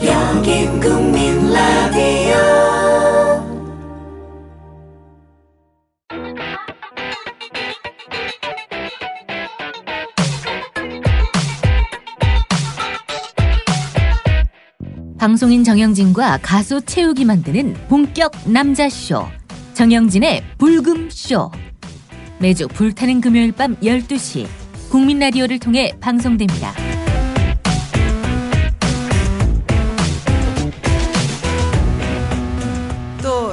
국민 국민 라디오 방송인 정영진과 가수 채욱이 만드는 본격 남자쇼. 정영진의 불금쇼. 매주 불타는 금요일 밤 12시 국민 라디오를 통해 방송됩니다. 또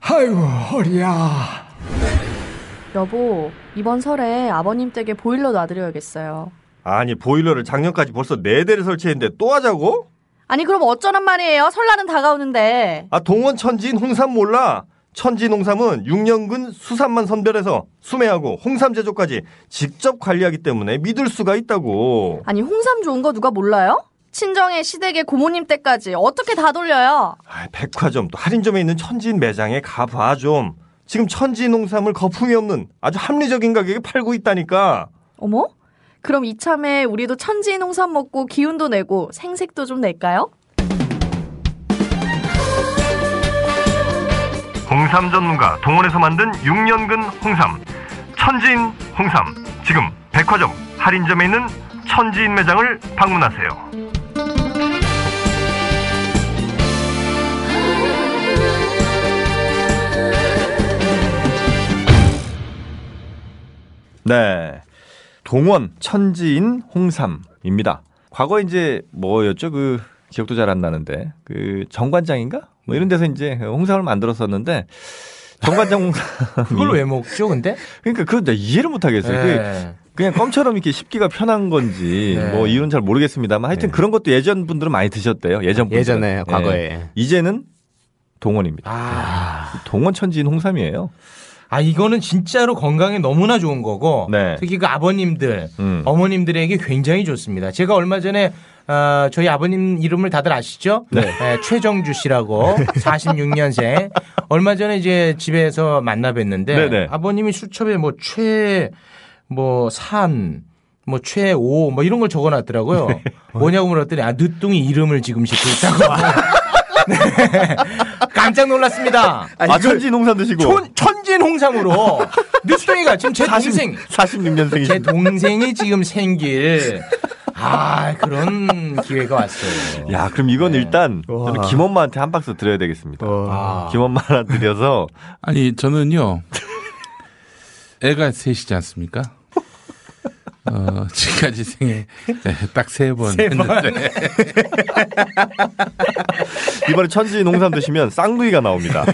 아이고 허리야 여보, 이번 설에 아버님 댁에 보일러 놔드려야겠어요. 아니 보일러를 작년까지 벌써 네 대를 설치했는데 또 하자고? 아니, 그럼 어쩌란 말이에요? 설날은 다가오는데. 아 동원 천지인 홍삼 몰라? 천지인 홍삼은 6년근 수산만 선별해서 수매하고 홍삼 제조까지 직접 관리하기 때문에 믿을 수가 있다고. 아니, 홍삼 좋은 거 누가 몰라요? 친정의 시댁의 고모님 댁까지 어떻게 다 돌려요? 아, 백화점 또 할인점에 있는 천지인 매장에 가봐 좀. 지금 천지인 홍삼을 거품이 없는 아주 합리적인 가격에 팔고 있다니까. 어머? 그럼 이참에 우리도 천지인 홍삼 먹고 기운도 내고 생색도 좀 낼까요? 홍삼 전문가 동원에서 만든 6년근 홍삼 천지인 홍삼 지금 백화점 할인점에 있는 천지인 매장을 방문하세요. 네. 동원 천지인 홍삼입니다. 과거 이제 뭐였죠? 그 기억도 잘 안 나는데 그 정관장인가? 뭐 이런 데서 이제 홍삼을 만들었었는데 정관장 홍삼 그걸 왜 먹죠 근데? 그러니까 그건 내가 이해를 못 하겠어요. 그 네. 그냥 껌처럼 이렇게 씹기가 편한 건지 네. 뭐 이유는 잘 모르겠습니다만 하여튼 네. 그런 것도 예전 분들은 많이 드셨대요. 예전 분들. 예전에 과거에 이제는 동원입니다. 아, 동원 천지인 홍삼이에요. 아 이거는 진짜로 건강에 너무나 좋은 거고 네. 특히 그 아버님들 음. 어머님들에게 굉장히 좋습니다. 제가 얼마 전에 아, 저희 아버님 이름을 다들 아시죠? 네. 최정주 씨라고 46년생. 얼마 전에 이제 집에서 만나 뵀는데 네네. 아버님이 수첩에 뭐 최, 뭐 산, 뭐 최오, 뭐 이런 걸 적어놨더라고요. 네. 뭐냐고 물었더니 아 늦둥이 이름을 지금 짓고 있다고. 네. 깜짝 놀랐습니다. 아 천지인 홍삼 드시고 천, 천진 홍삼으로 늦둥이가 뭐. 지금 제 40, 동생 46년생이신데. 제 동생이 지금 생길 아 그런 기회가 왔어요. 야, 그럼 이건 일단 와. 저는 김엄마한테 한 박스 드려야 되겠습니다. 아. 김엄마한테 드려서 아니 저는요 애가 셋이지 않습니까? 어, 지금까지 생애 네, 딱 세 번 예, 뭐. 했는데 이번에 천지 농삼 드시면 쌍둥이가 나옵니다.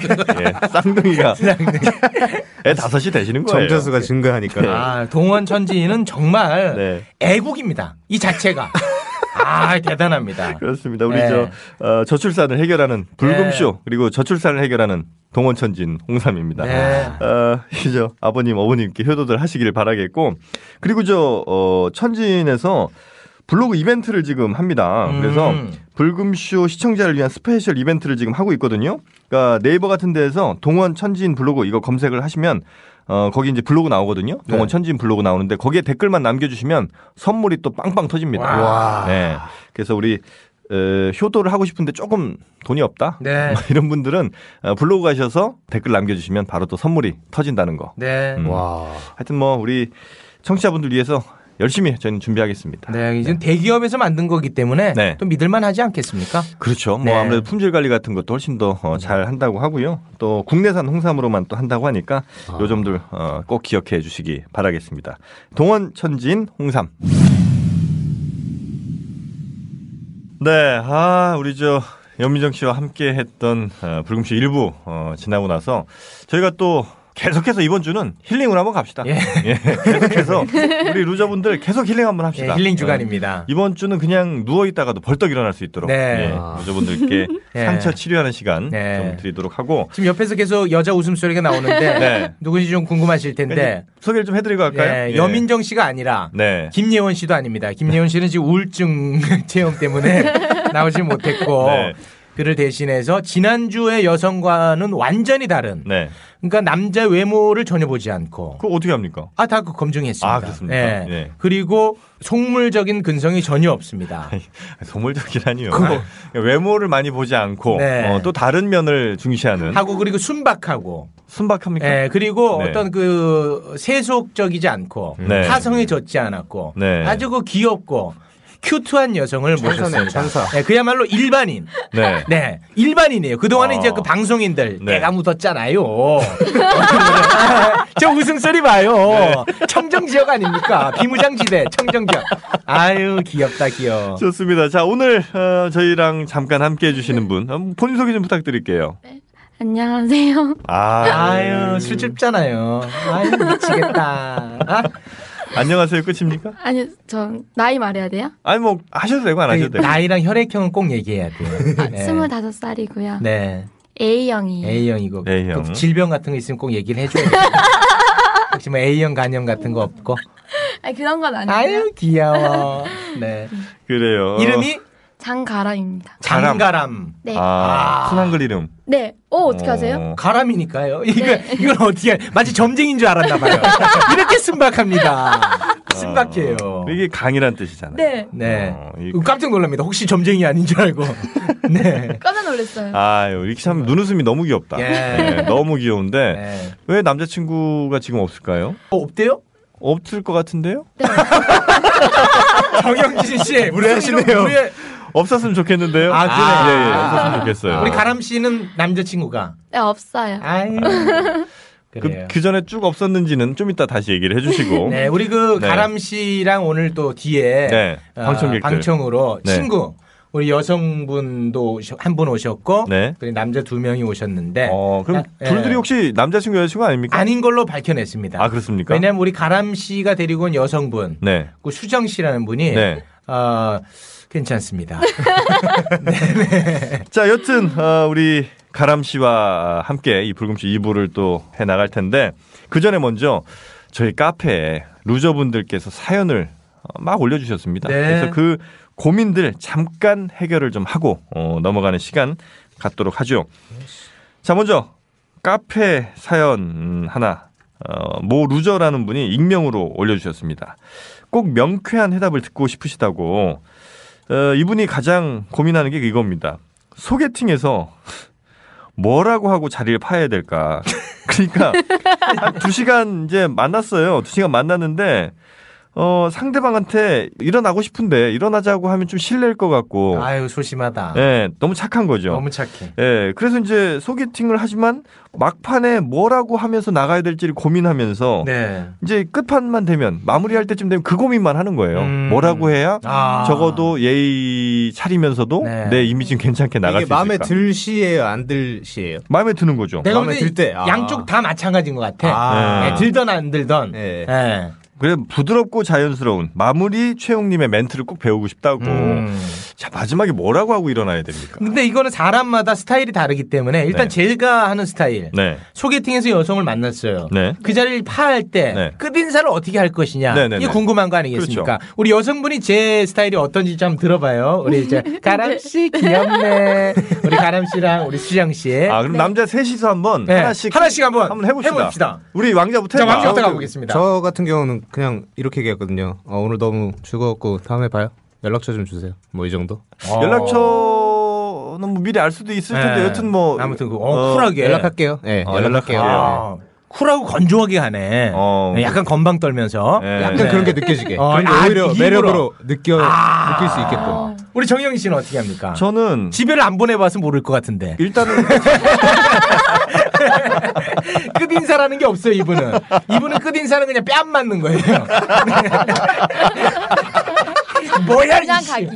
예, 쌍둥이가 애 다섯이 되시는 거예요. 예. 점자수가 증가하니까. 아, 동원 천지인은 정말 네. 애국입니다. 이 자체가 아 대단합니다. 그렇습니다. 우리 네. 저 어, 저출산을 해결하는 불금쇼 그리고 저출산을 해결하는 동원천진 홍삼입니다. 네. 어, 이저 아버님 어머님께 효도들 하시길 바라겠고 그리고 저 어, 천진에서 블로그 이벤트를 지금 합니다. 그래서 음. 불금쇼 시청자를 위한 스페셜 이벤트를 지금 하고 있거든요. 그러니까 네이버 같은 데에서 동원 천지인 블로그 이거 검색을 하시면 어 거기 이제 블로그 나오거든요. 네. 동원 천지인 블로그 나오는데 거기에 댓글만 남겨주시면 선물이 또 빵빵 터집니다. 와. 네. 그래서 우리 에, 효도를 하고 싶은데 조금 돈이 없다. 네. 이런 분들은 어, 블로그 가셔서 댓글 남겨주시면 바로 또 선물이 터진다는 거. 네. 음. 하여튼 뭐 우리 청취자분들 위해서 열심히 저희는 준비하겠습니다. 네, 이제 대기업에서 만든 거기 때문에 네. 또 믿을만 하지 않겠습니까? 그렇죠. 뭐 네. 아무래도 품질 관리 같은 것도 훨씬 더 어, 잘 한다고 하고요. 또 국내산 홍삼으로만 또 한다고 하니까 아. 요 점들 어, 꼭 기억해 주시기 바라겠습니다. 동원 천진 홍삼. 네, 아 우리 저 연민정 씨와 함께 했던 어, 불금쇼 일부 어, 지나고 나서 저희가 또 계속해서 이번 주는 힐링을 한번 갑시다. 예. 예, 계속해서 우리 루저분들 계속 힐링 한번 예, 합시다. 힐링 어, 주간입니다. 이번 주는 그냥 누워 있다가도 벌떡 일어날 수 있도록 네. 예, 루저분들께 예. 상처 치료하는 시간 네. 좀 드리도록 하고 지금 옆에서 계속 여자 웃음소리가 나오는데 네. 누군지 좀 궁금하실 텐데 소개를 좀 해드리고 할까요? 예, 예. 여민정 씨가 아니라 네. 김예원 씨도 아닙니다. 김예원 씨는 지금 우울증 체험 때문에 나오지 못했고 네. 그를 대신해서 지난주의 여성과는 완전히 다른 네. 그러니까 남자 외모를 전혀 보지 않고 그거 어떻게 합니까? 아, 다 그 검증했습니다. 아, 그렇습니까? 예. 네. 그리고 속물적인 근성이 전혀 없습니다. 소물적이라니요. 그러니까 그거. 외모를 많이 보지 않고 네. 어, 또 다른 면을 중시하는 하고 그리고 순박하고 순박합니까? 예, 그리고 네. 어떤 그 세속적이지 않고 네. 타성에 젖지 않았고 네. 아주 그 귀엽고 큐트한 여성을 모셨습니다. 예, 그야말로 일반인. 네. 네, 일반인이에요. 그동안에 어. 이제 그 방송인들 네. 내가 묻었잖아요. 저 웃음소리 봐요. 네. 청정지역 아닙니까? 비무장지대 청정지역. 아유 귀엽다 귀여워. 좋습니다. 자 오늘 어, 저희랑 잠깐 함께 해주시는 분 어, 본인 소개 좀 부탁드릴게요. 네. 안녕하세요. 아, 아유 술집잖아요. 아유 미치겠다. 아, 안녕하세요 끝입니까? 아니, 저 나이 말해야 돼요? 아니 뭐 하셔도 되고 안 하셔도 그 되고. 나이랑 혈액형은 꼭 얘기해야 아, 돼요. 네. 25살이고요. 네. A형이에요. A형이고 A형. 그 질병 같은 거 있으면 꼭 얘기를 해줘야 돼. 혹시 뭐 A형 간염 같은 거 없고? 아니, 그런 건 아니고요. 아유 귀여워. 네. 그래요. 이름이 장가라입니다. 가람. 장가람. 네. 아, 순한글 이름. 네. 어, 어떻게 하세요? 어. 가람이니까요. 이거 이걸 어떻게 알- 마치 점쟁인 줄 알았나 봐요. 이렇게 순박합니다. 순박해요. 아. 어. 이게 강이란 뜻이잖아요. 네. 네. 어, 이- 깜짝 놀랍니다. 혹시 점쟁이 아닌 줄 알고. 네. 깜짝 놀랐어요. 아유, 이렇게 참 눈웃음이 너무 귀엽다. 예. 네, 너무 귀여운데 네. 왜 남자친구가 지금 없을까요? 어, 없대요? 없을 것 같은데요? 네. 정영진 씨 무례하시네요. 무슨 이런 무례- 없었으면 좋겠는데요. 아, 그래요? 예, 예, 아. 없었으면 좋겠어요. 우리 가람 씨는 남자친구가. 네, 없어요. 아유. 그, 그래요. 그 전에 쭉 없었는지는 좀 이따 다시 얘기를 해주시고. 네, 우리 그 네. 가람 씨랑 오늘 또 뒤에 네, 어, 방청객들. 방청으로 네. 친구 우리 여성분도 한 분 오셨고 네. 그리고 남자 두 명이 오셨는데 어, 그럼 예. 둘들이 혹시 남자친구 여자친구 아닙니까? 아닌 걸로 밝혀냈습니다. 아, 그렇습니까? 왜냐면 우리 가람 씨가 데리고 온 여성분 네. 그 수정 씨라는 분이 네. 어, 괜찮습니다. 자, 여튼 어, 우리 가람 씨와 함께 이 불금쇼 2부를 또 해 나갈 텐데 그 전에 먼저 저희 카페에 루저분들께서 사연을 어, 막 올려주셨습니다. 네. 그래서 그 고민들 잠깐 해결을 좀 하고 어, 넘어가는 시간 갖도록 하죠. 자, 먼저 카페 사연 음, 하나 어, 모 루저라는 분이 익명으로 올려주셨습니다. 꼭 명쾌한 해답을 듣고 싶으시다고 어, 이분이 가장 고민하는 게 이겁니다. 소개팅에서 뭐라고 하고 자리를 파야 될까? 그러니까 한 두 시간 이제 만났어요. 두 시간 만났는데 어, 상대방한테 일어나고 싶은데 일어나자고 하면 좀 실례일 것 같고, 아유 소심하다. 예, 너무 착한 거죠. 너무 착해. 예, 그래서 이제 소개팅을 하지만 막판에 뭐라고 하면서 나가야 될지를 고민하면서 네. 이제 끝판만 되면 마무리할 때쯤 되면 그 고민만 하는 거예요. 음. 뭐라고 해야 아. 적어도 예의 차리면서도 네. 내 이미지는 괜찮게 나갈 수 있을까? 들 시예요, 안 들 시예요? 마음에 드는 거죠. 내가 마음에 볼때 들 때, 아. 양쪽 다 마찬가지인 것 같아. 아. 네. 예, 들던 안 들던. 예. 예. 그래 부드럽고 자연스러운 마무리 최용님의 멘트를 꼭 배우고 싶다고. 음. 네. 자 마지막에 뭐라고 하고 일어나야 됩니까? 그러니까. 근데 이거는 사람마다 스타일이 다르기 때문에 일단 제가 하는 스타일. 네, 소개팅에서 여성을 만났어요. 네. 그 자리를 파할 때 네. 끝인사를 어떻게 할 것이냐. 네, 네, 그렇죠. 이게 네. 궁금한 거 아니겠습니까? 우리 여성분이 제 스타일이 어떤지 좀 들어봐요. 우리 이제 가람 씨 귀엽네. 우리 가람 씨랑 우리 수정 씨. 아 그럼 남자 셋이서 한번 네. 하나씩 하나씩 한번 한번 해봅시다. 해봅시다. 우리 왕자부터 자, 해봐. 왕자부터 가보겠습니다. 저 같은 경우는 그냥 이렇게 얘기했거든요. 어, 오늘 너무 즐거웠고 다음에 봐요. 연락처 좀 주세요. 뭐 이 정도. 어. 연락처는 뭐 미리 알 수도 있을 텐데 네. 여튼 뭐 아무튼 그, 어, 쿨하게. 연락할게요. 예, 어, 연락할게요. 연락해요. 아, 쿨하고 건조하게 하네. 어. 약간 건방 떨면서. 예. 약간 네. 그런 게 느껴지게. 어, 그런 게 아, 오히려 일부러. 매력으로 느껴 느낄 수 있게끔. 우리 정영희 씨는 어떻게 합니까? 저는 집에를 안 보내봐서 모를 것 같은데. 일단은 끝인사라는 게 없어요, 이분은. 이분은 끝인사는 그냥 뺨 맞는 거예요. 뭐야, 이 그냥 아, 씨. 가기.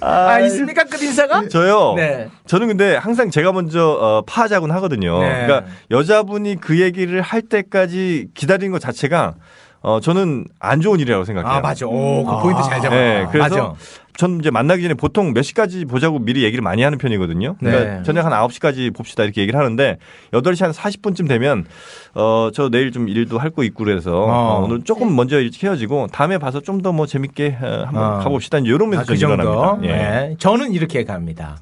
아, 있습니까? 끝 인사가? 저요. 네. 저는 근데 항상 제가 먼저 어, 파하자곤 하거든요. 네. 그러니까 여자분이 그 얘기를 할 때까지 기다리는 것 자체가 어, 저는 안 좋은 일이라고 생각해요. 아, 맞아. 오, 그 포인트 잘 잡았다. 네, 맞아. 그래서 전 이제 만나기 전에 보통 몇 시까지 보자고 미리 얘기를 많이 하는 편이거든요. 그러니까 네. 저녁 한 9시까지 봅시다 이렇게 얘기를 하는데 8시 한 40분쯤 되면 어, 저 내일 좀 일도 할 거 있고 그래서 어. 어, 오늘 조금 먼저 일찍 헤어지고 다음에 봐서 좀 더 뭐 재밌게 어, 한번 어. 가봅시다. 이런 면에서 아, 그 정도. 일어납니다. 예. 네. 저는 이렇게 갑니다.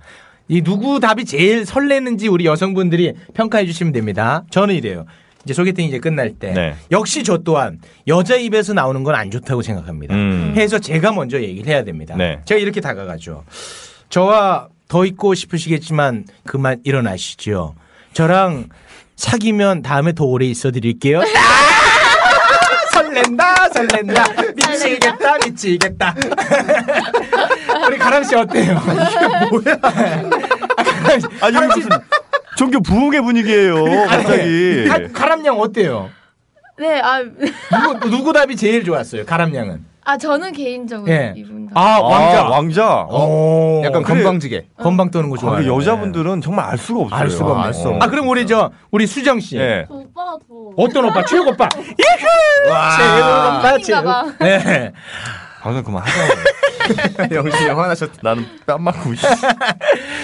이 누구 답이 제일 설레는지 우리 여성분들이 평가해 주시면 됩니다. 저는 이래요. 이제 소개팅 이제 끝날 때 네. 역시 저 또한 여자 입에서 나오는 건 안 좋다고 생각합니다. 음. 해서 제가 먼저 얘기를 해야 됩니다. 네. 제가 이렇게 다가가죠. 저와 더 있고 싶으시겠지만 그만 일어나시죠. 저랑 사귀면 다음에 더 오래 있어 드릴게요. 설렌다 설렌다 미치겠다 미치겠다 우리 가람 씨 어때요? 아니 이게 무슨 종교 부흥의 분위기예요 어, 갑자기 가- 가람 양 어때요? 네, 아, 누구 누구 답이 제일 좋았어요? 가람 양은 아 저는 개인적으로 예. 이분 다. 아 왕자 아, 왕자 오, 약간 건방지게. 어? 건방 떠는 거 아, 좋아해요. 이게 여자분들은 정말 알 수가 없어요. 알 수가 없네. 알 수가 아 그럼 우리 저 우리 수정 씨 예. 오빠가 더 어떤 오빠 최욱 오빠 예후 와. 최욱 오빠 팬인가 봐. 최욱 네. 방송 그만 하자. 영신이 화나셨다. 나는 뺨 맞고. 씨.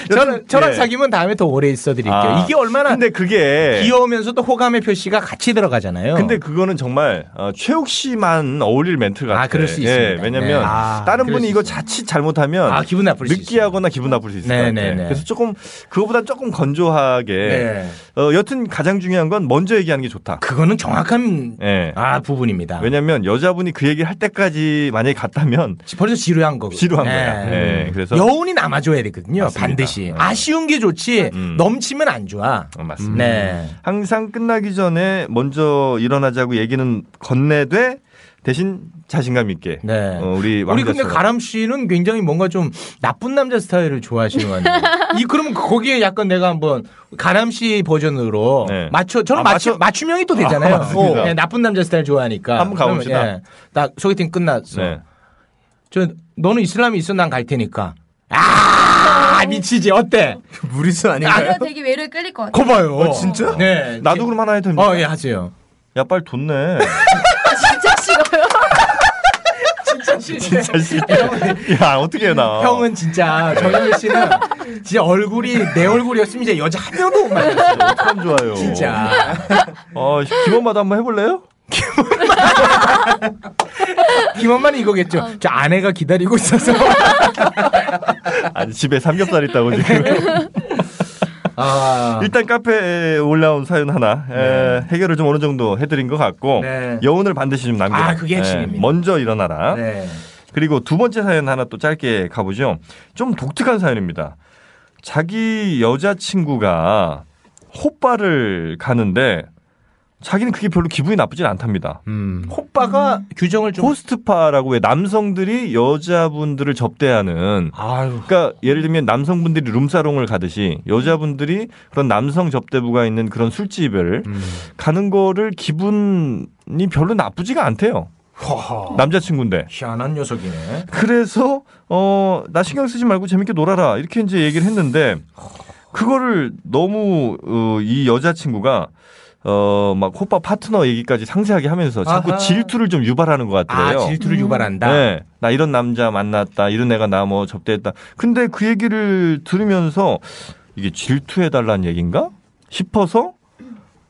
저는 저랑 예. 사귀면 다음에 더 오래 있어 드릴게요. 아, 이게 얼마나 근데 그게 예. 귀여우면서 또 호감의 표시가 같이 들어가잖아요. 근데 그거는 정말 어, 최욱 씨만 어울릴 멘트 같아요. 아, 그럴 수 있습니다. 왜냐면 네. 아, 다른 그럴 분이 수 이거 자칫 잘못하면 아, 기분 나쁠 수 느끼하거나 기분 나쁠 수 있어요. 예. 네, 네, 네. 그래서 조금 그거보다 조금 건조하게. 네. 어, 여튼 가장 중요한 건 먼저 얘기하는 게 좋다. 그거는 정확한 예. 아 부분입니다. 왜냐면 여자분이 그 얘기 할 때까지 만약에 갔다면 벌써 지루한 거고 지루한 거야. 예, 그래서 여운이 남아줘야 되거든요. 맞습니다. 어. 음. 반드시 아쉬운 게 좋지 넘치면 안 좋아. 맞습니다. 네. 항상 끝나기 전에 먼저 일어나자고 얘기는 건네되 대신 자신감 있게. 네. 어, 우리 우리 근데 왕자처럼. 가람 씨는 굉장히 뭔가 좀 나쁜 남자 스타일을 좋아하시는 것 같아요. 이 그럼 거기에 약간 내가 한번 가람 씨 버전으로 맞춰 저는 아, 맞추, 맞춰- 맞춤형이 또 되잖아요. 아, 맞습니다. 네, 나쁜 남자 스타일 좋아하니까. 한번 가봅시다. 그러면, 예, 딱 소개팅 끝났어. 네. 저 너는 이슬람이 있어 난 갈 테니까. 아 미치지 어때? 무리수 아니야 되게 매력 끌릴 것 같아. 거봐요. 네. 어, 나도 그럼 하나 해도 됩니까? 어, 예, 하세요. 야, 빨리 돈네. 진짜 싫어요. 진짜 씨. 야, 어떻게 해, 나. 형은 진짜 정현 씨는 진짜 얼굴이 내 얼굴이었으면 이제 여자 한 명도 못 만났어. 참 좋아요. 진짜. 어, 기본마다 한번 해볼래요? 어. 김엄마는 이거겠죠. 저 아내가 기다리고 있어서. 아니, 집에 삼겹살 있다고 네. 지금. 아. 일단 카페에 올라온 사연 하나 에, 해결을 좀 어느 정도 해드린 것 같고 네. 여운을 반드시 좀 남겨. 아, 그게 핵심입니다. 먼저 일어나라. 네. 그리고 두 번째 사연 하나 또 짧게 가보죠. 좀 독특한 사연입니다. 자기 여자친구가 호빠를 가는데 자기는 그게 별로 기분이 나쁘진 않답니다. 호빠가 규정을 좀 호스트파라고 왜 남성들이 여자분들을 접대하는 아유. 그러니까 예를 들면 남성분들이 룸사롱을 가듯이 여자분들이 그런 남성 접대부가 있는 그런 술집을 가는 거를 기분이 별로 나쁘지가 않대요. 허허. 남자친구인데. 희한한 녀석이네. 그래서 어 나 신경 쓰지 말고 재밌게 놀아라 이렇게 이제 얘기를 했는데 그거를 너무 어, 이 여자친구가 어막 호빠 파트너 얘기까지 상세하게 하면서 자꾸 아하. 질투를 좀 유발하는 것 아, 같더래요. 질투를 유발한다. 네, 나 이런 남자 만났다, 이런 애가 나 뭐 접대했다. 근데 그 얘기를 들으면서 이게 질투해달라는 얘기인가 싶어서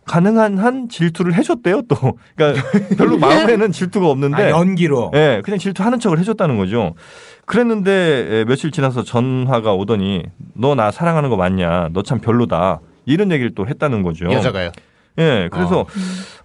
가능한 한 질투를 해줬대요 또. 그러니까 별로 마음에는 질투가 없는데 아, 어. 연기로. 예, 그냥 질투하는 척을 해줬다는 거죠. 그랬는데 예, 며칠 지나서 전화가 오더니 너 나 사랑하는 거 맞냐? 너 참 별로다. 이런 얘기를 또 했다는 거죠. 여자가요? 어. 예, 그래서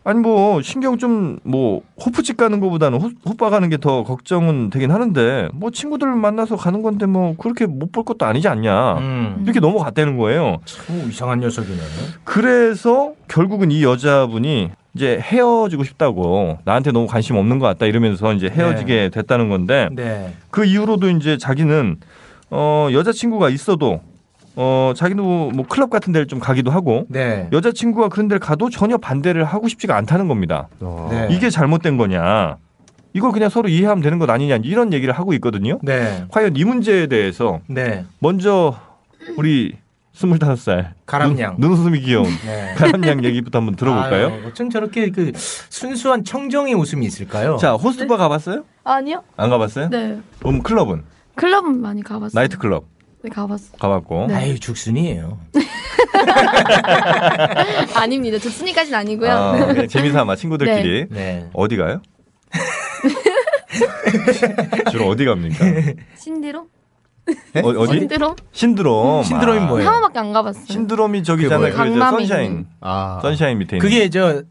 아니 뭐 신경 좀 뭐 호프집 가는 거보다는 호, 호빠 가는 게 더 걱정은 되긴 하는데 뭐 친구들 만나서 가는 건데 뭐 그렇게 못 볼 것도 아니지 않냐 음. 이렇게 넘어갔다는 거예요. 참 이상한 녀석이네. 그래서 결국은 이 여자분이 이제 헤어지고 싶다고 나한테 너무 관심 없는 것 같다 이러면서 이제 헤어지게 됐다는 건데 네. 그 이후로도 이제 자기는 어 여자친구가 있어도 어 자기도 뭐 클럽 같은 데를 좀 가기도 하고 네. 어, 여자친구가 그런 데를 가도 전혀 반대를 하고 싶지가 않다는 겁니다. 네. 이게 잘못된 거냐? 이걸 그냥 서로 이해하면 되는 것 아니냐 이런 얘기를 하고 있거든요. 네. 과연 이 문제에 대해서 네. 먼저 우리 25살 가람냥. 눈, 눈웃음이 귀여운 네. 가람냥 얘기부터 한번 들어볼까요? 아유, 어쩜 저렇게 그 순수한 청정의 웃음이 있을까요? 자, 호스트바 가봤어요? 아니요. 안 가봤어요? 네. 그럼 클럽은 클럽은 많이 가봤어요. 나이트 클럽 네, 가봤어요. 가봤고. 네. 아유 죽순이에요. 아닙니다. 좋으니까진 아니고요. 네. 아, 그냥 재미삼아 친구들끼리 네. 어디 가요? 주로 어디 갑니까? 신드롬? 어, 어디? 네? 신드롬? 신드롬. 신드롬이 아. 뭐예요? 한 번밖에 안 가봤어요. 신드롬이 저기잖아요. 그게 그 뭐예요? 저 강남에 선샤인. 있는. 아. 아. 선샤인 밑에 있는. 그게 저 네.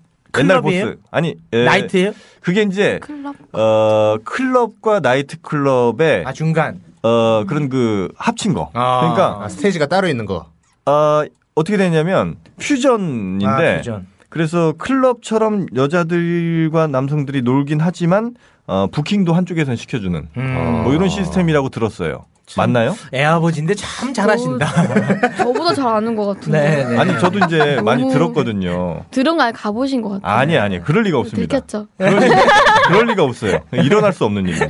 옛날 클럽이에요? 보스. 아니 예. 나이트예요? 그게 이제 클럽. 어 클럽과 나이트 클럽의 아 중간 어 그런 그 합친 거. 그러니까 아, 스테이지가 따로 있는 거. 어, 어떻게 되냐면 퓨전인데 아, 퓨전. 그래서 클럽처럼 여자들과 남성들이 놀긴 하지만 어, 부킹도 한쪽에선 시켜주는 음. 뭐 이런 시스템이라고 들었어요. 맞나요? 애아버지인데 참 어, 잘하신다. 저보다 잘 아는 것 네. 같은데. 아니 저도 이제 많이 너무 들었거든요. 들은 거 아니 가보신 것 같아요. 아니 아니 그럴 리가 없습니다. 들켰죠. 그럴 리가 없어요. 일어날 수 없는 일입니다.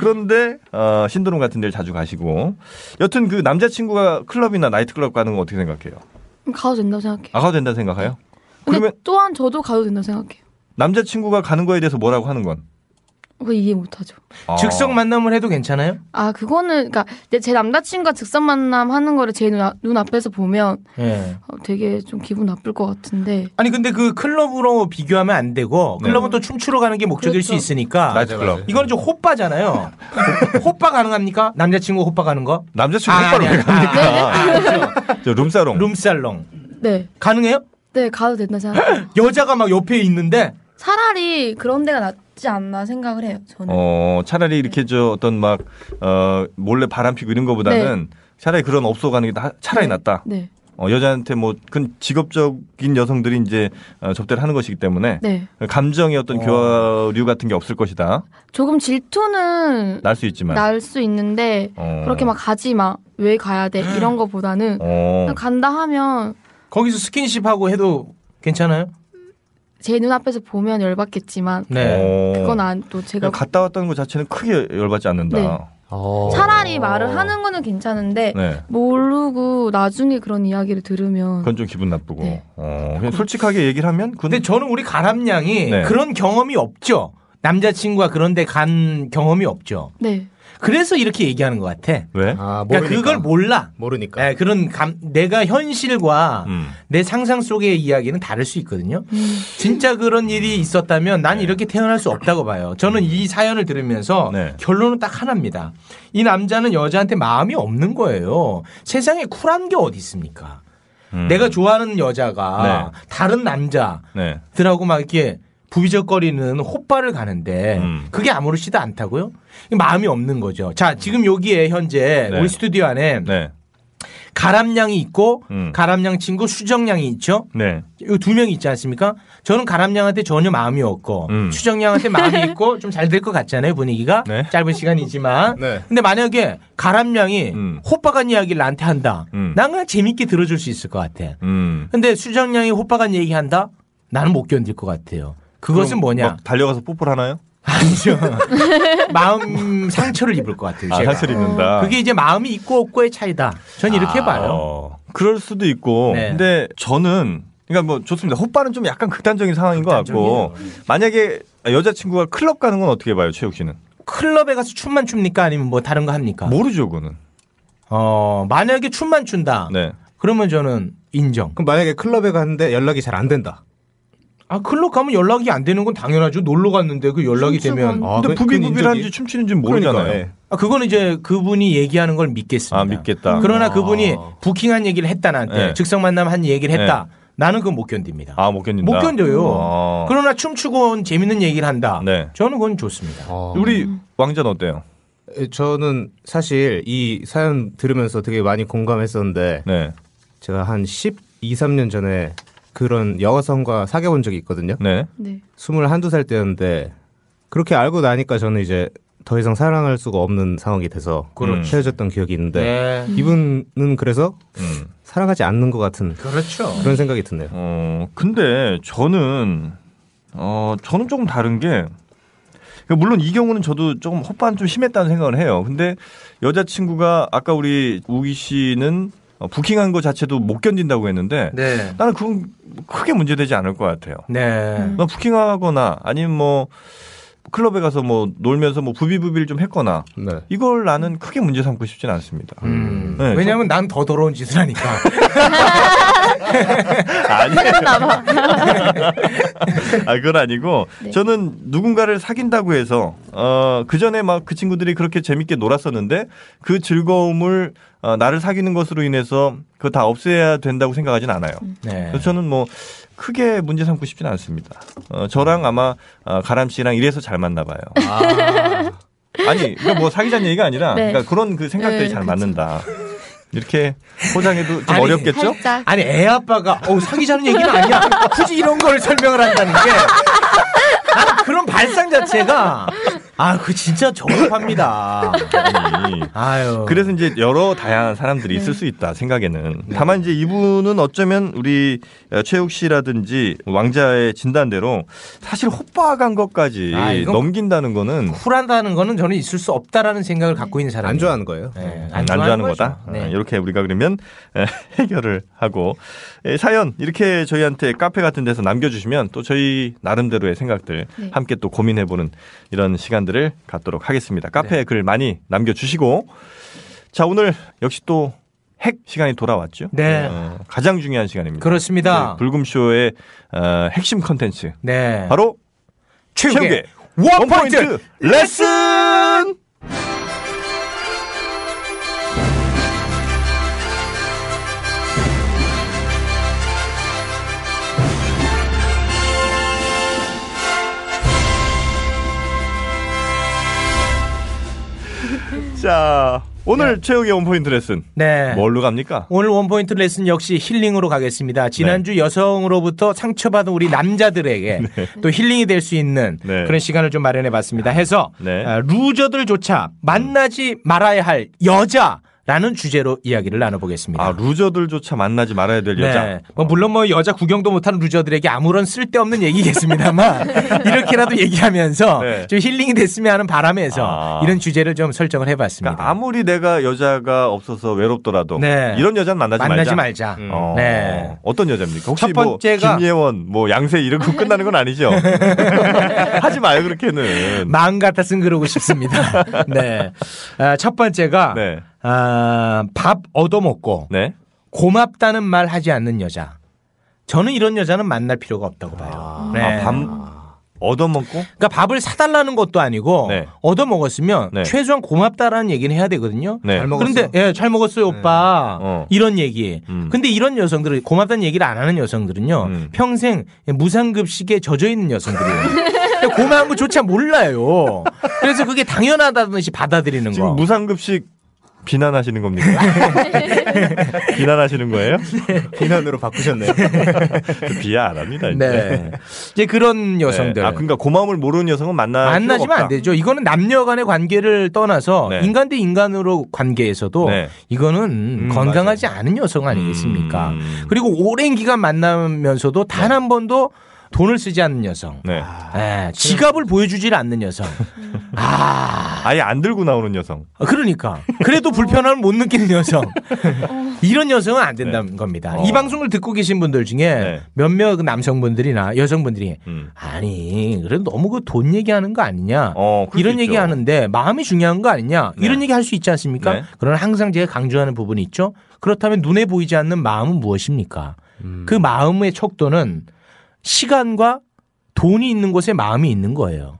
그런데 어, 신드롬 같은 데를 자주 가시고 여튼 그 남자친구가 클럽이나 나이트클럽 가는 건 어떻게 생각해요? 가도 된다고 생각해. 아가도 된다 생각해요? 근데 또한 저도 가도 된다고 생각해요. 남자친구가 가는 거에 대해서 뭐라고 하는 건? 그거 이해 못하죠. 아. 즉석 만남을 해도 괜찮아요? 아 그거는 그러니까 내- 제 남자친구가 즉석 만남 하는 거를 제 눈, 앞- 눈앞에서 보면 예. 어, 되게 좀 기분 나쁠 것 같은데 아니 근데 그 클럽으로 비교하면 안 되고 클럽은 또 춤추러 가는 게 목적일 수 있으니까 나이트클럽. 이건 좀 호빠잖아요. 호빠 가능합니까? 남자친구 호빠 가는 거? 아, 남자친구 호빠로 왜 아, 그렇죠. 갑니까? 아, 그렇죠. 저그 룸사롱. 룸살롱 네. 가능해요? 네 가도 된다 생각해요. 여자가 막 옆에 있는데 차라리 그런 데가 낫지 않나 생각을 해요. 저는 어 차라리 이렇게 저 어떤 막 어, 몰래 바람 피고 이런 거보다는 차라리 그런 업소 가는 게 나- 차라리 낫다. 네. 어, 여자한테 뭐 큰 직업적인 여성들이 이제 어, 접대를 하는 것이기 때문에 네. 감정의 어떤 교류 같은 게 없을 것이다. 조금 질투는 날 수 있지만. 날 수 있는데 어. 그렇게 막 가지 마 왜 가야 돼 이런 거보다는 어. 그냥 간다 하면 거기서 스킨십하고 해도 괜찮아요? 제 눈앞에서 보면 열받겠지만 네. 어. 그건 안 또 제가 갔다 왔다는 것 자체는 크게 열받지 않는다. 네. 어. 차라리 말을 하는 거는 괜찮은데 어. 네. 모르고 나중에 그런 이야기를 들으면 그건 좀 기분 나쁘고. 네. 어, 그냥 솔직하게 얘기를 하면 근데 저는 우리 가람양이 네. 그런 경험이 없죠. 남자친구가 그런데 간 경험이 없죠. 네. 그래서 이렇게 얘기하는 것 같아. 왜? 그러니까 그걸 네. 몰라. 모르니까. 음. 그런 감, 내가 현실과 내 상상 속의 이야기는 다를 수 있거든요. 진짜 그런 일이 있었다면 난 이렇게 태어날 수 없다고 봐요. 저는 이 사연을 들으면서 결론은 딱 하나입니다. 이 남자는 여자한테 마음이 없는 거예요. 세상에 쿨한 게 어디 있습니까? 내가 좋아하는 여자가 다른 네. 남자들하고 막 이렇게 부비적거리는 호빠를 가는데 음. 그게 아무렇지도 않다고요? 마음이 없는 거죠. 자, 지금 여기에 현재 음. 네. 음. 우리 스튜디오 안에 가람냥이 있고 가람냥 친구 수정냥이 있죠. 네. 이 두 명이 있지 않습니까? 저는 가람냥한테 전혀 마음이 없고 수정냥한테 마음이 있고 좀 잘 될 것 같잖아요 분위기가 네. 짧은 시간이지만. 근데 만약에 가람냥이 음. 호빠간 이야기를 나한테 한다. 난 그냥 재밌게 들어줄 수 있을 것 같아. 음. 근데 수정양이 호빠간 얘기한다? 나는 못 견딜 것 같아요. 그것은 그럼 뭐냐? 막 달려가서 뽀뽀를 하나요? 아니죠. 마음 상처를 입을 것 같아요. 뭐? 아, 제가. 상처를 입는다. 그게 이제 마음이 있고 없고의 차이다. 전 이렇게 아, 봐요. 어, 그럴 수도 있고. 네. 근데 저는 그러니까 뭐 좋습니다. 호빠는 좀 약간 극단적인 상황인 것 같고 만약에 여자친구가 클럽 가는 건 어떻게 봐요, 최욱 씨는? 클럽에 가서 춤만 춥니까? 아니면 뭐 다른 거 합니까? 모르죠, 그거는. 어, 만약에 춤만 춘다. 네. 그러면 저는 인정. 그럼 만약에 클럽에 갔는데 연락이 잘 안 된다. 아, 클럽 가면 연락이 안 되는 건 당연하죠. 놀러 갔는데 그 연락이 되면. 아, 그- 근데 부비부비한지 춤추는지 모르잖아요. 그러니까, 예. 아, 그건 이제 그분이 얘기하는 걸 믿겠습니다. 아, 믿겠다. 그러나 아. 그분이 부킹한 얘기를 했다 나한테 네. 즉석 만남 한 얘기를 했다. 네. 나는 그건 못 견딥니다. 아, 못 견딘다. 못 견뎌요. 아. 그러나 춤추고 온 재밌는 얘기를 한다. 네. 어, 저는 그건 좋습니다. 우리 왕자는 어때요? 저는 사실 이 사연 들으면서 되게 많이 공감했었는데 네. 제가 한 12, 3년 전에 그런 여성과 사귀어 본 적이 있거든요. 네. 네. 21, 2살 때였는데 그렇게 알고 나니까 저는 이제 더 이상 사랑할 수가 없는 상황이 돼서 그렇죠. 헤어졌던 기억이 있는데 네. 이분은 그래서 음. 사랑하지 않는 것 같은 그렇죠. 그런 생각이 드네요. 어, 근데 저는 어, 저는 조금 다른 게 그러니까 물론 이 경우는 저도 조금 헛반 좀 심했다는 생각을 해요. 근데 여자친구가 아까 우리 우기 씨는 어, 부킹한 거 자체도 못 견딘다고 했는데 네. 나는 그건 크게 문제되지 않을 것 같아요. 네. 나 부킹하거나 아니면 뭐 클럽에 가서 뭐 놀면서 뭐 부비부비를 좀 했거나 네. 이걸 나는 크게 문제 삼고 싶진 않습니다. 음. 네, 왜냐하면 난 더 더러운 짓을 하니까. 아니에요. 아, 그건 아니고 네. 저는 누군가를 사귄다고 해서 어, 그 전에 막 그 친구들이 그렇게 재밌게 놀았었는데 그 즐거움을 어, 나를 사귀는 것으로 인해서 그거 다 없애야 된다고 생각하진 않아요. 네. 그래서 저는 뭐 크게 문제 삼고 싶진 않습니다. 어, 저랑 아마 어, 가람 씨랑 이래서 잘 맞나 봐요. 아. 니 그러니까 뭐 사귀자는 얘기가 아니라 네. 그러니까 그런 그 생각들이 네, 잘 그치. 맞는다. 이렇게 포장해도 좀 어렵겠죠? 아니 애 아빠가 어 사귀자는 얘기는 아니야. 굳이 이런 거를 설명을 한다는 게 아, 그런 발상 자체가 아 그 진짜 저급합니다. 아유. 그래서 이제 여러 다양한 사람들이 네. 있을 수 있다 생각에는 다만 이제 이분은 어쩌면 우리 최욱 씨라든지 왕자의 진단대로 사실 호빠간 것까지 아, 이건 넘긴다는 거는 쿨한다는 거는 저는 있을 수 없다라는 생각을 갖고 있는 사람. 안 좋아하는 거예요. 네, 안 좋아하는 거죠. 네. 거다. 아, 이렇게 우리가 그러면 에, 해결을 하고 에, 사연 이렇게 저희한테 카페 같은 데서 남겨주시면 또 저희 나름대로의 생각들 네. 함께 또 고민해보는 이런 시간들을 갖도록 하겠습니다. 카페에 네. 글 많이 남겨주시고 자 오늘 역시 또 핵 시간이 돌아왔죠. 네. 어, 가장 중요한 시간입니다. 그렇습니다. 네, 불금쇼의 어, 핵심 컨텐츠. 네. 바로 최욱의 최욱의 원포인트 원포인트 레슨. 자, 오늘 최욱의 원포인트 레슨. 네. 뭘로 갑니까? 오늘 원포인트 레슨 역시 힐링으로 가겠습니다. 네. 지난주 여성으로부터 상처받은 우리 남자들에게 또 힐링이 될 수 있는 네. 그런 시간을 좀 마련해 봤습니다. 해서 아, 루저들조차 만나지 말아야 할 여자라는 주제로 이야기를 나눠보겠습니다. 아, 루저들조차 만나지 말아야 될 여자. 네. 뭐 물론 뭐 여자 구경도 못하는 루저들에게 아무런 쓸데없는 얘기겠습니다만 이렇게라도 얘기하면서 네. 좀 힐링이 됐으면 하는 바람에서 이런 주제를 좀 설정을 해봤습니다. 아. 그러니까 아무리 내가 여자가 없어서 외롭더라도 네. 이런 여자는 만나지, 말자. 만나지 말자. 어, 네. 어떤 여자입니까? 혹시 첫 번째가- 뭐 김예원, 뭐 양세 이러고 끝나는 건 아니죠? 하지 마요 그렇게는. 마음 같았으면 그러고 싶습니다. 네. 아, 첫 번째가 네. 아, 밥 얻어먹고 고맙다는 말 하지 않는 여자. 저는 이런 여자는 만날 필요가 없다고 봐요. 아, 밥 얻어먹고? 그러니까 밥을 사달라는 것도 아니고 네. 얻어먹었으면 최소한 고맙다라는 얘기는 해야 되거든요. 네. 잘 네. 먹었어. 그런데 예, 잘 먹었어요, 오빠. 이런 얘기. 음. 근데 이런 여성들은 고맙다는 얘기를 안 하는 여성들은요. 평생 무상급식에 젖어 있는 여성들이에요. 근데 고마운 거조차 몰라요. 그래서 그게 당연하다듯이 받아들이는 거. 지금 무상급식 비난하시는 겁니까? 비난하시는 거예요? 네. 비난으로 바꾸셨네요. 비하 안 합니다. 이제. 네. 이제 그런 여성들. 아, 그러니까 고마움을 모르는 여성은 만나 만나지면 안 되죠. 이거는 남녀 간의 관계를 떠나서 네. 인간 대 인간으로 관계에서도 음, 이거는 건강하지 않은 여성 아니겠습니까? 그리고 오랜 기간 만나면서도 단 네. 한 번도 돈을 쓰지 않는 여성. 예, 지갑을 보여주질 않는 여성. 아예 안 들고 나오는 여성. 아, 그러니까. 그래도 불편함을 못 느끼는 여성. 이런 여성은 안 된다는 겁니다. 이 방송을 듣고 계신 분들 중에 몇몇 그 남성분들이나 여성분들이 아니, 그래도 너무 그 돈 얘기하는 거 아니냐. 어, 이런 얘기 하는데 마음이 중요한 거 아니냐. 이런 얘기 할 수 있지 않습니까? 네. 그러나 항상 제가 강조하는 부분이 있죠. 그렇다면 눈에 보이지 않는 마음은 무엇입니까? 그 마음의 척도는 시간과 돈이 있는 곳에 마음이 있는 거예요.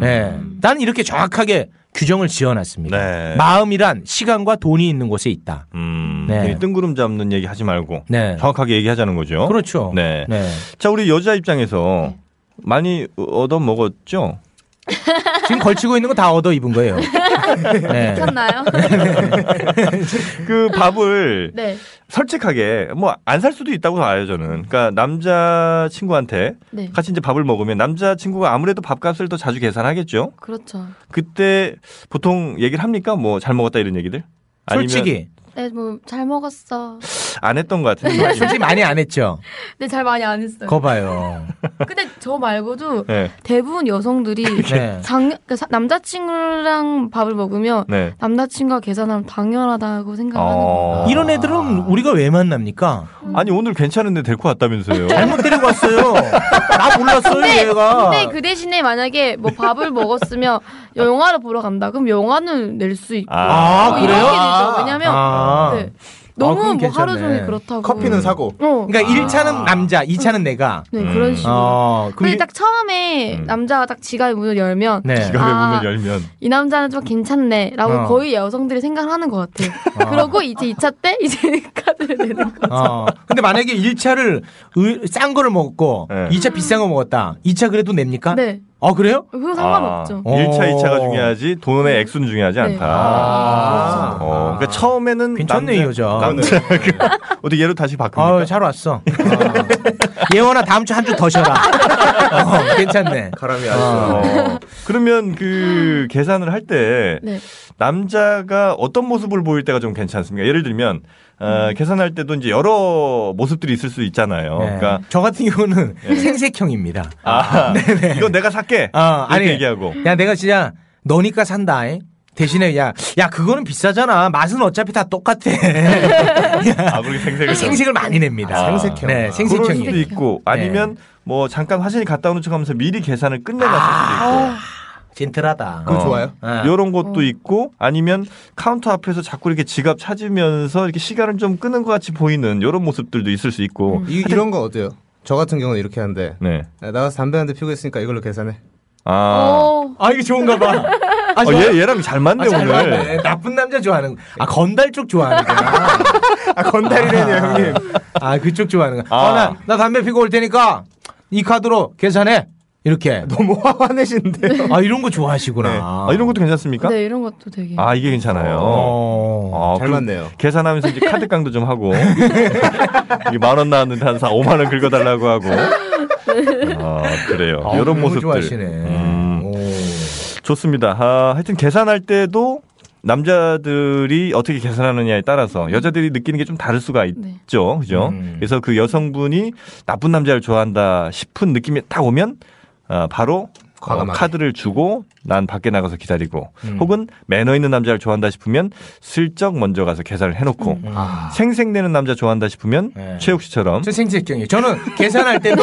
네. 나는 이렇게 정확하게 규정을 지어놨습니다. 네. 마음이란 시간과 돈이 있는 곳에 있다. 음. 네. 괜히 뜬구름 잡는 얘기 하지 말고 정확하게 얘기하자는 거죠. 그렇죠. 네. 네. 자, 우리 여자 입장에서 많이 얻어 먹었죠. 지금 걸치고 있는 거 다 얻어 입은 거예요. 네. 괜찮나요? 그 밥을 네. 솔직하게 뭐 안 살 수도 있다고 봐요 저는. 그러니까 남자 친구한테 네. 같이 이제 밥을 먹으면 남자 친구가 아무래도 밥값을 더 자주 계산하겠죠. 그렇죠. 그때 보통 얘기를 합니까? 뭐 잘 먹었다 이런 얘기들? 아니면 솔직히 네, 뭐 잘 먹었어. 안 했던 것 같은데. 솔직히 많이 안 했죠. 네, 잘 많이 안 했어요. 거 봐요. 근데 저 말고도 네. 대부분 여성들이 네. 장- 그러니까 사- 남자친구랑 밥을 먹으면 네. 남자친구가 계산하면 당연하다고 생각하는 아. 어. 아. 이런 애들은 우리가 왜 만납니까? 어. 아니 오늘 괜찮은데 데리고 왔다면서요? 잘못 데리고 왔어요. 나 몰랐어요 얘가. 근데 그 대신에 만약에 뭐 밥을 먹었으면 영화를 보러 간다. 그럼 영화는 낼 수 있고. 아, 뭐 그래요? 이렇게 되죠. 왜냐면 아. 네. 너무 그건 뭐 하루 괜찮네. 종일 그렇다고. 사고. 어. 그러니까 일 1차는 남자, 2차는 내가. 네, 그런 식으로. 어, 그럼 근데 딱 처음에 남자가 딱 지갑의 문을 열면 네. 지갑의 아, 문을 열면 이 남자는 좀 괜찮네라고 어. 거의 여성들이 생각하는 것 같아요. 아. 그러고 이제 2차 때 이제 카드를 내는 거. 어. 근데 만약에 1차를 싼 거를 먹고 네. 이 2차 비싼 거 먹었다. 2차 그래도 냅니까? 네. 아, 그래요? 그거 상관없죠. 어. 1차, 아, 2차가 중요하지 돈의 액수는 중요하지 네. 않다. 아. 어, 그러니까 처음에는 괜찮네 남 여자. 남자. 그 어떻게 얘로 다시 바꿉니까? 아, 잘 왔어. 예원아 다음 주 한 주 더 쉬어라. 어, 괜찮네. 가람이 어. 그러면 그 계산을 할 때 네. 남자가 어떤 모습을 보일 때가 좀 괜찮습니까? 예를 들면 어, 음. 계산할 때도 이제 여러 모습들이 있을 수 있잖아요. 네. 그러니까 예. 저 같은 경우는 생색형입니다. 아, 이거 내가 살게. 아, 이렇게 아니 얘기하고. 야 내가 진짜 너니까 산다. 잉? 대신에 야, 야 그거는 비싸잖아. 맛은 어차피 다 똑같아. 아, 그렇게 생색을 좀. 생색을 많이 냅니다. 아, 생색형. 네, 그럴 생색형이. 수도 있고 네. 아니면 뭐 잠깐 화장실 갔다 오는 척하면서 미리 계산을 아, 끝내놨을 수도 있고. 젠틀하다. 아. 어. 네. 이런 어. 것도 있고 아니면 카운터 앞에서 자꾸 이렇게 지갑 찾으면서 이렇게 시간을 좀 끄는 것 같이 보이는 이런 모습들도 있을 수 있고. 음. 이, 이런 건 어때요? 저 같은 경우는 이렇게 하는데 네. 야, 나가서 담배 한 대 피우고 있으니까 이걸로 계산해. 아. 어. 아 이게 좋은가 봐. 아, 어, 예, 좋아요? 얘- 얘랑 잘 맞네, 아, 잘 오늘. 맞네. 나쁜 남자 좋아하는 거. 아 건달 쪽 좋아하는 거. 아 건달이래요 형님. 아 그쪽 좋아하는 거. 아. 아나나 담배 피고 올 테니까 이 카드로 계산해. 이렇게. 너무 화내시는데. 아 이런 거 좋아하시구나. 어. 아, 이런 것도 괜찮습니까? 네, 이런 것도 되게. 아 이게 괜찮아요. 아, 잘 그럼 맞네요. 계산하면서 이제 카드 깡도 좀 하고 이게 만 원 나왔는데 한 5만 원 긁어달라고 하고 아 그래요. 네. 아, 이런 너무 모습들 좋아하시네. 음. 좋습니다. 아, 하여튼 계산할 때도 남자들이 어떻게 계산하느냐에 음. 따라서 여자들이 느끼는 게 좀 다를 네. 수가 있죠, 그죠? 그래서 그 여성분이 나쁜 남자를 좋아한다 싶은 느낌이 딱 오면 아, 바로 어, 과감하게. 카드를 주고 난 밖에 나가서 기다리고 음. 혹은 매너 있는 남자를 좋아한다 싶으면 슬쩍 먼저 가서 계산을 해놓고 음. 아. 생색내는 남자 좋아한다 싶으면 네. 최욱 씨처럼 아, 저 생색형이에요. 저는 계산할 때도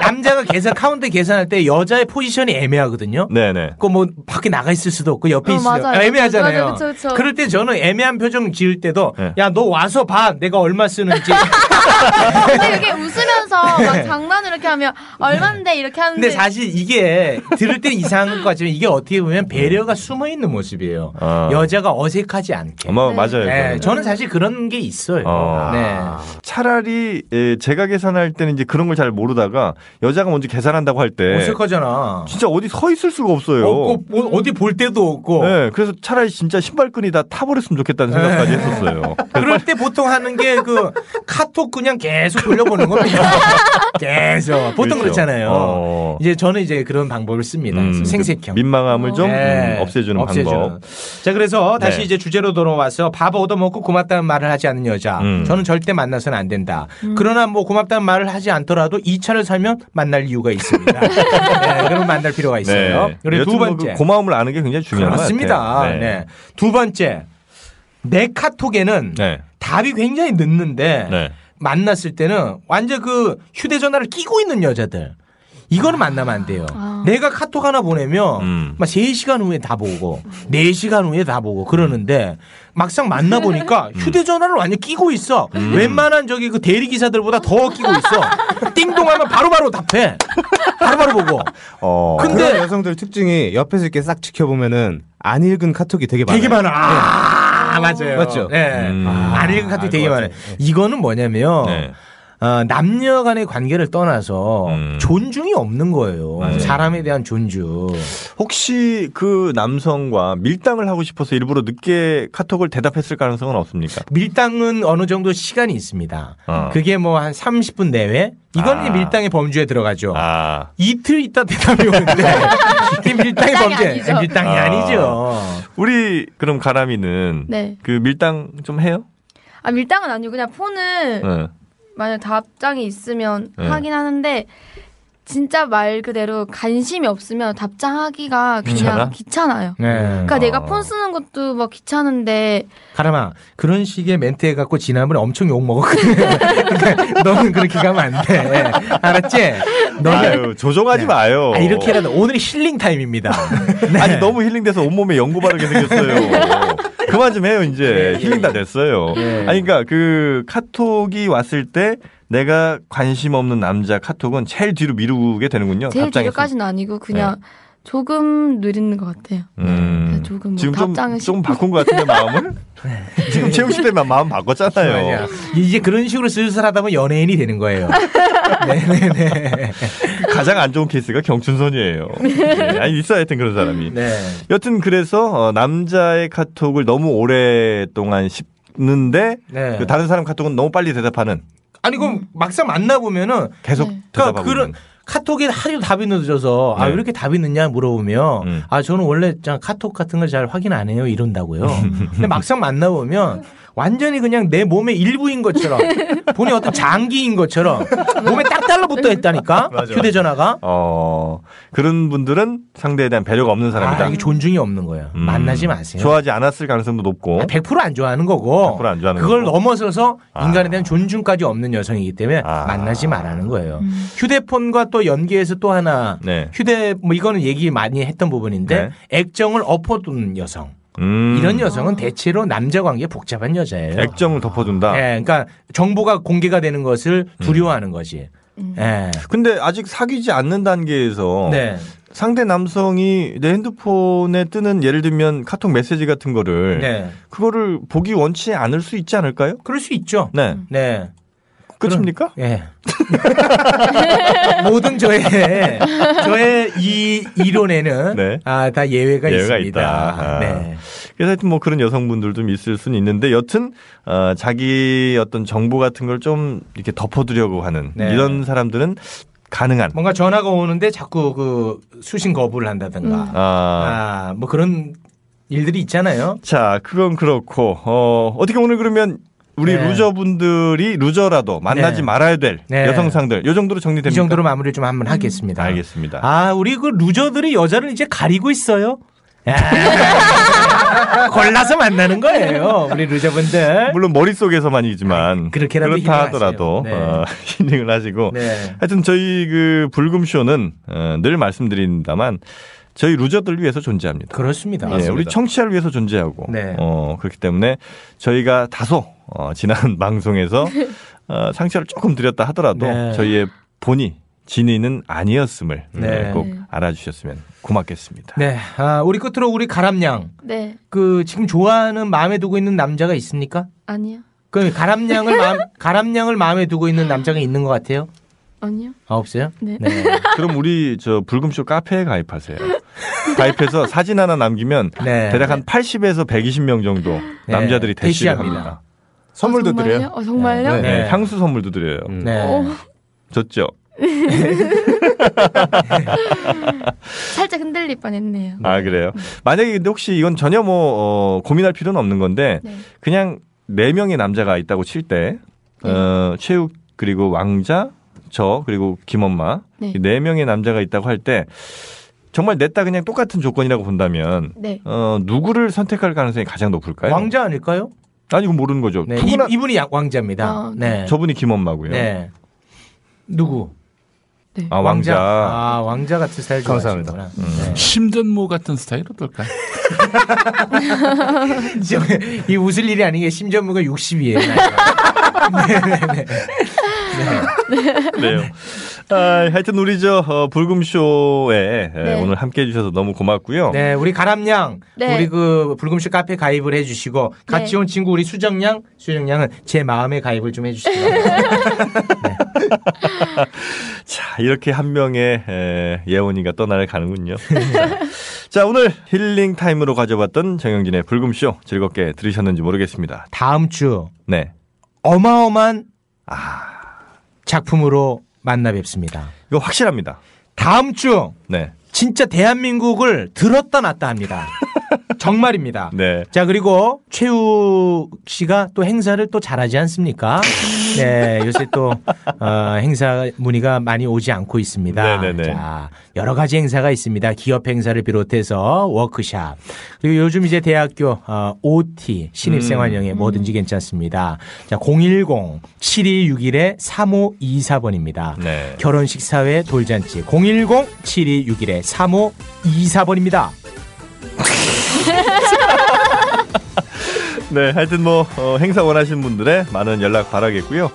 남자가 계산 카운터 계산할 때 여자의 포지션이 애매하거든요. 네네. 그뭐 밖에 나가 있을 수도 없고 옆에 어, 있을 수도 맞아요. 애매하잖아요. 맞아요. 그쵸, 그쵸. 럴때 저는 애매한 표정 지을 때도 예. 야 너 와서 봐 내가 얼마 쓰는지. 네. 근데 이게 웃으면서 막 장난을 이렇게 하면 얼만데 이렇게 하는데 근데 사실 이게 들을 때 이상한 것 같지만 이게 어떻게 보면 배려가 숨어 있는 모습이에요. 여자가 어색하지 않게. 어머, 아. 맞아요. 네, 그거는. 저는 사실 그런 게 있어요. 어. 네. 차라리 예, 제가 계산할 때는 이제 그런 걸 잘 모르다가 여자가 먼저 계산한다고 할 때 어색하잖아. 진짜 어디 서 있을 수가 없어요. 없고, 뭐, 어디 뭐. 볼 데도 없고. 네, 그래서 차라리 진짜 신발끈이 다 타버렸으면 좋겠다는 생각까지 네. 했었어요. 그럴 때 보통 하는 게 그 카톡 그냥 계속 돌려보는 겁니다. 계속. 보통 그렇죠. 그렇잖아요 어. 이제 저는 이제 그런 방법을 씁니다. 음, 네, 생색형. 민망함을 좀 네. 음, 없애주는 방법. 자, 그래서 다시 네. 이제 주제로 돌아와서 밥 얻어먹고 고맙다는 말을 하지 않는 여자. 음. 저는 절대 만나서는 안 된다. 그러나 뭐 고맙다는 말을 하지 않더라도 이 차를 살면 만날 이유가 있습니다. 네, 그러면 만날 필요가 있어요. 그리고 네. 여튼 두 뭐그 번째. 고마움을 아는 게 굉장히 중요한 것 그렇습니다. 같아요. 네. 두 번째. 내 카톡에는 네. 답이 굉장히 늦는데 네. 만났을 때는 완전 그 휴대전화를 끼고 있는 여자들. 이거는 만나면 안 돼요. 내가 카톡 하나 보내면 음. 막 3시간 후에 다 보고 4시간 후에 다 보고 그러는데 막상 만나 음. 보니까 휴대전화를 완전 끼고 있어. 웬만한 저기 그 대리 기사들보다 더 끼고 있어. 띵동하면 바로바로 답해. 바로바로 보고. 어, 근데- 근데 여성들 특징이 옆에서 이렇게 싹 지켜보면은 안 읽은 카톡이 되게 많아요. 네. 되게 많아. 아, 맞아요. 맞죠? 네. 예. 음. 아, 안 읽은 카톡이 알것 네. 되게 많아요. 이거는 뭐냐면 어, 남녀 간의 관계를 떠나서 음. 존중이 없는 거예요. 사람에 대한 존중. 혹시 그 남성과 밀당을 하고 싶어서 일부러 늦게 카톡을 대답했을 가능성은 없습니까? 밀당은 어느 정도 시간이 있습니다. 어. 그게 뭐 한 30분 내외? 이건 이 아. 밀당의 범주에 들어가죠. 아. 이틀 있다 대답이 오는데 이 밀당의 범주에 아니죠. 밀당이 아. 아니죠. 우리 그럼 가람이는 네. 그 밀당 좀 해요? 네. 아 밀당은 아니고 그냥 폰을 응. 만약 답장이 있으면 네. 하긴 하는데 진짜 말 그대로 관심이 없으면 답장하기가 그냥 귀찮아? 요 네. 음. 그러니까 내가 폰 쓰는 것도 막 귀찮은데 가람아 그런 식의 멘트 해갖고 지난번에 엄청 욕 먹었거든. 그러니까 너는 그렇게 가면 안 돼. 알았지? 네. 아유, 조종하지 마요. 아, 이렇게라도 네. 오늘 힐링 타임입니다. 아니 너무 힐링돼서 온몸에 연고 바르게 생겼어요. 그만 좀 해요 이제 네. 힐링 다 됐어요. 아니 그러니까 그 카톡이 왔을 때 내가 관심 없는 남자 카톡은 제일 뒤로 미루게 되는군요. 제일 어, 답장에서. 뒤로까지는 아니고 그냥 조금 느리는 것 같아요. 음. 조금 뭐 지금 좀, 답장은 좀 바꾼 것 같은데 마음을 지금 최욱 씨 때문에 마음 바꿨잖아요. 네. 맞아. 이제 그런 식으로 슬슬 하다 보면 연예인이 되는 거예요. 네, 가장 안 좋은 케이스가 경춘선이에요. 네, 아니 있어 하여튼 그런 사람이. 여튼 그래서 어, 남자의 카톡을 너무 오랫동안 씹는데 네. 그 다른 사람 카톡은 너무 빨리 대답하는. 아니 그럼 막상 만나 보면은 계속 그러니까 대답하고 그런 있는. 카톡에 하루 답이 늦어져서 아 네. 음. 왜 이렇게 답이 늦냐 물어보면 아 저는 원래 그냥 카톡 같은 걸 잘 확인 안 해요 이런다고요. 근데 막상 만나 보면 완전히 그냥 내 몸의 일부인 것처럼 본인 어떤 장기인 것처럼 몸에 딱 달라붙어 있다니까 휴대전화가 어 그런 분들은 상대에 대한 배려가 없는 사람이다. 음. 아, 이게 존중이 없는 거예요. 만나지 마세요. 좋아하지 않았을 가능성도 높고. 100%안 좋아하는 거고 100%안 좋아하는 그걸 거고. 아. 넘어서서 인간에 대한 존중까지 없는 여성이기 때문에 만나지 말라는 거예요. 휴대폰과 또 연계해서 또 하나 네. 휴대 뭐 이거는 얘기 많이 했던 부분인데 액정을 엎어둔 여성. 이런 여성은 대체로 남자 관계 복잡한 여자예요. 음, 액정을 덮어준다. 예, 그러니까 정보가 공개가 되는 것을 음. 두려워하는 거지. 예. 근데 아직 사귀지 않는 단계에서 네. 상대 남성이 내 핸드폰에 뜨는 예를 들면 카톡 메시지 같은 거를 네. 그거를 보기 원치 않을 수 있지 않을까요? 그럴 수 있죠. 네. 네. 끝입니까? 예. 모든 저의 저의 이 이론에는 아, 다 예외가, 있습니다. 아. 네. 그래서 하여튼 뭐 그런 여성분들 좀 있을 수는 있는데 여튼 어, 자기 어떤 정보 같은 걸 좀 이렇게 덮어두려고 하는 네. 이런 사람들은 가능한 뭔가 전화가 오는데 자꾸 그 수신 거부를 한다든가 음. 아, 뭐 그런 일들이 있잖아요. 자, 그건 그렇고 어, 어떻게 오늘 그러면 우리 네. 루저분들이 루저라도 만나지 네. 말아야 될 네. 여성상들 요 정도로 정리됩니다. 이 정도로 마무리를 좀 한번 하겠습니다. 알겠습니다. 아, 우리 그 루저들이 여자를 이제 가리고 있어요. 아, 골라서 만나는 거예요. 우리 루저분들. 물론 머릿속에서만이지만 네. 아, 그렇게라도 그렇다 힘을 하더라도 하세요. 네. 어, 힐링을 하시고 네. 하여튼 저희 그 불금쇼는 어, 늘 말씀드립니다만 저희 루저들 위해서 존재합니다. 그렇습니다. 예, 우리 청취자를 위해서 존재하고 네. 어, 그렇기 때문에 저희가 다소 어, 지난 방송에서 어, 상처를 조금 드렸다 하더라도 네. 저희의 본의 진의는 아니었음을 네. 꼭 알아주셨으면 고맙겠습니다. 네. 아, 우리 끝으로 우리 가람양. 네 그 지금 좋아하는 마음에 두고 있는 남자가 있습니까? 아니요 그 가람양을 마음, 가람양을 마음에 두고 있는 남자가 있는 것 같아요? 아니요 아, 없어요? 네. 그럼 우리 저 불금쇼 카페에 가입하세요. 가입해서 사진 하나 남기면 네. 대략 한 80에서 120명 정도 네. 남자들이 대시를 대시합니다. 합니다. 선물도 정말요? 어, 정말요? 네. 향수 선물도 드려요. 음. 네. 어. 좋죠. 살짝 흔들릴 뻔했네요. 아 그래요. 만약에 근데 혹시 이건 전혀 뭐 어, 고민할 필요는 없는 건데 그냥 네 명의 남자가 있다고 칠 때 네. 어, 최욱 그리고 왕자 저 그리고 김엄마 네. 이네 명의 남자가 있다고 할 때 정말 냈다 그냥 똑같은 조건이라고 본다면 네. 어, 누구를 선택할 가능성이 가장 높을까요? 어, 왕자 아닐까요? 아니 이건 모르는 거죠. 네. 누구나- 이, 분이 왕자입니다. 아, 네. 저분이 김엄마고요. 네. 누구? 아 왕자. 아, 왕자 같은 스타일 감사합니다. 좋아하시는구나. 심전모 같은 스타일 어떨까? 음. 네. 이 웃을 일이 아닌 게 심전무가 60이에요. 그래요. 아, 하여튼 우리 저 어, 불금쇼에 예, 네. 오늘 함께 해주셔서 너무 고맙고요. 네, 우리 가람양, 네. 우리 그 불금쇼 카페 가입을 해주시고 같이 네. 온 친구 우리 수정양, 수정양은 제 마음에 가입을 좀 해주시기 바랍니다. 자, 이렇게 한 명의 예, 예원이가 떠나를 가는군요. 자, 오늘 힐링 타임으로 가져봤던 정영진의 불금쇼 즐겁게 들으셨는지 모르겠습니다. 다음 주 네. 어마어마한 아, 작품으로 만나 뵙습니다. 이거 확실합니다. 다음 주 네. 진짜 대한민국을 들었다 놨다 합니다. 정말입니다. 네. 자 그리고 최우 씨가 또 행사를 또 잘하지 않습니까? 네 요새 또 어, 행사 문의가 많이 오지 않고 있습니다. 자 여러 가지 행사가 있습니다. 기업 행사를 비롯해서 워크샵 그리고 요즘 이제 대학교 어, OT 신입생 음. 환영회 뭐든지 괜찮습니다. 자 네. 010-7261-3524번입니다. 결혼식 사회 돌잔치 010-7261-3524번입니다. 네, 하여튼 뭐 어, 행사 원하시는 분들의 많은 연락 바라겠고요.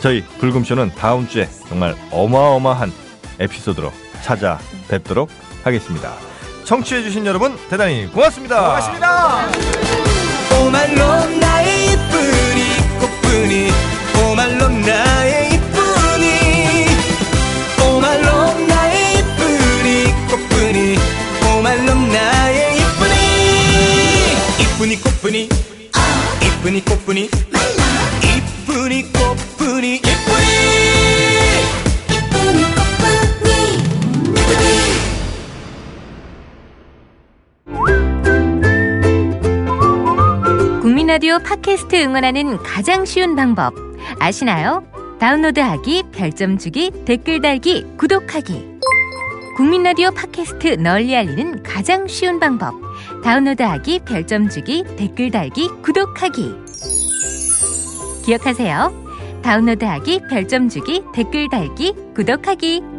저희 불금쇼는 다음 주에 정말 어마어마한 에피소드로 찾아뵙도록 하겠습니다. 청취해주신 여러분 대단히 고맙습니다. 고맙습니다. 오말론 나의 이쁜이 꽃분이 오말론 나의 이쁜이 오말론 나의 이쁜이 꽃분이 오말론 나의 이쁜이 이쁜이 꽃분이 이쁜이 꽃분이 이쁜이 꽃분이 이쁜이 이쁜이 꽃분이 이쁜이 국민 라디오 팟캐스트 응원하는 가장 쉬운 방법 아시나요? 다운로드하기, 별점 주기, 댓글 달기, 구독하기. 국민 라디오 팟캐스트 널리 알리는 가장 쉬운 방법 다운로드하기, 별점 주기, 댓글 달기, 구독하기. 기억하세요. 다운로드하기, 별점 주기, 댓글 달기, 구독하기.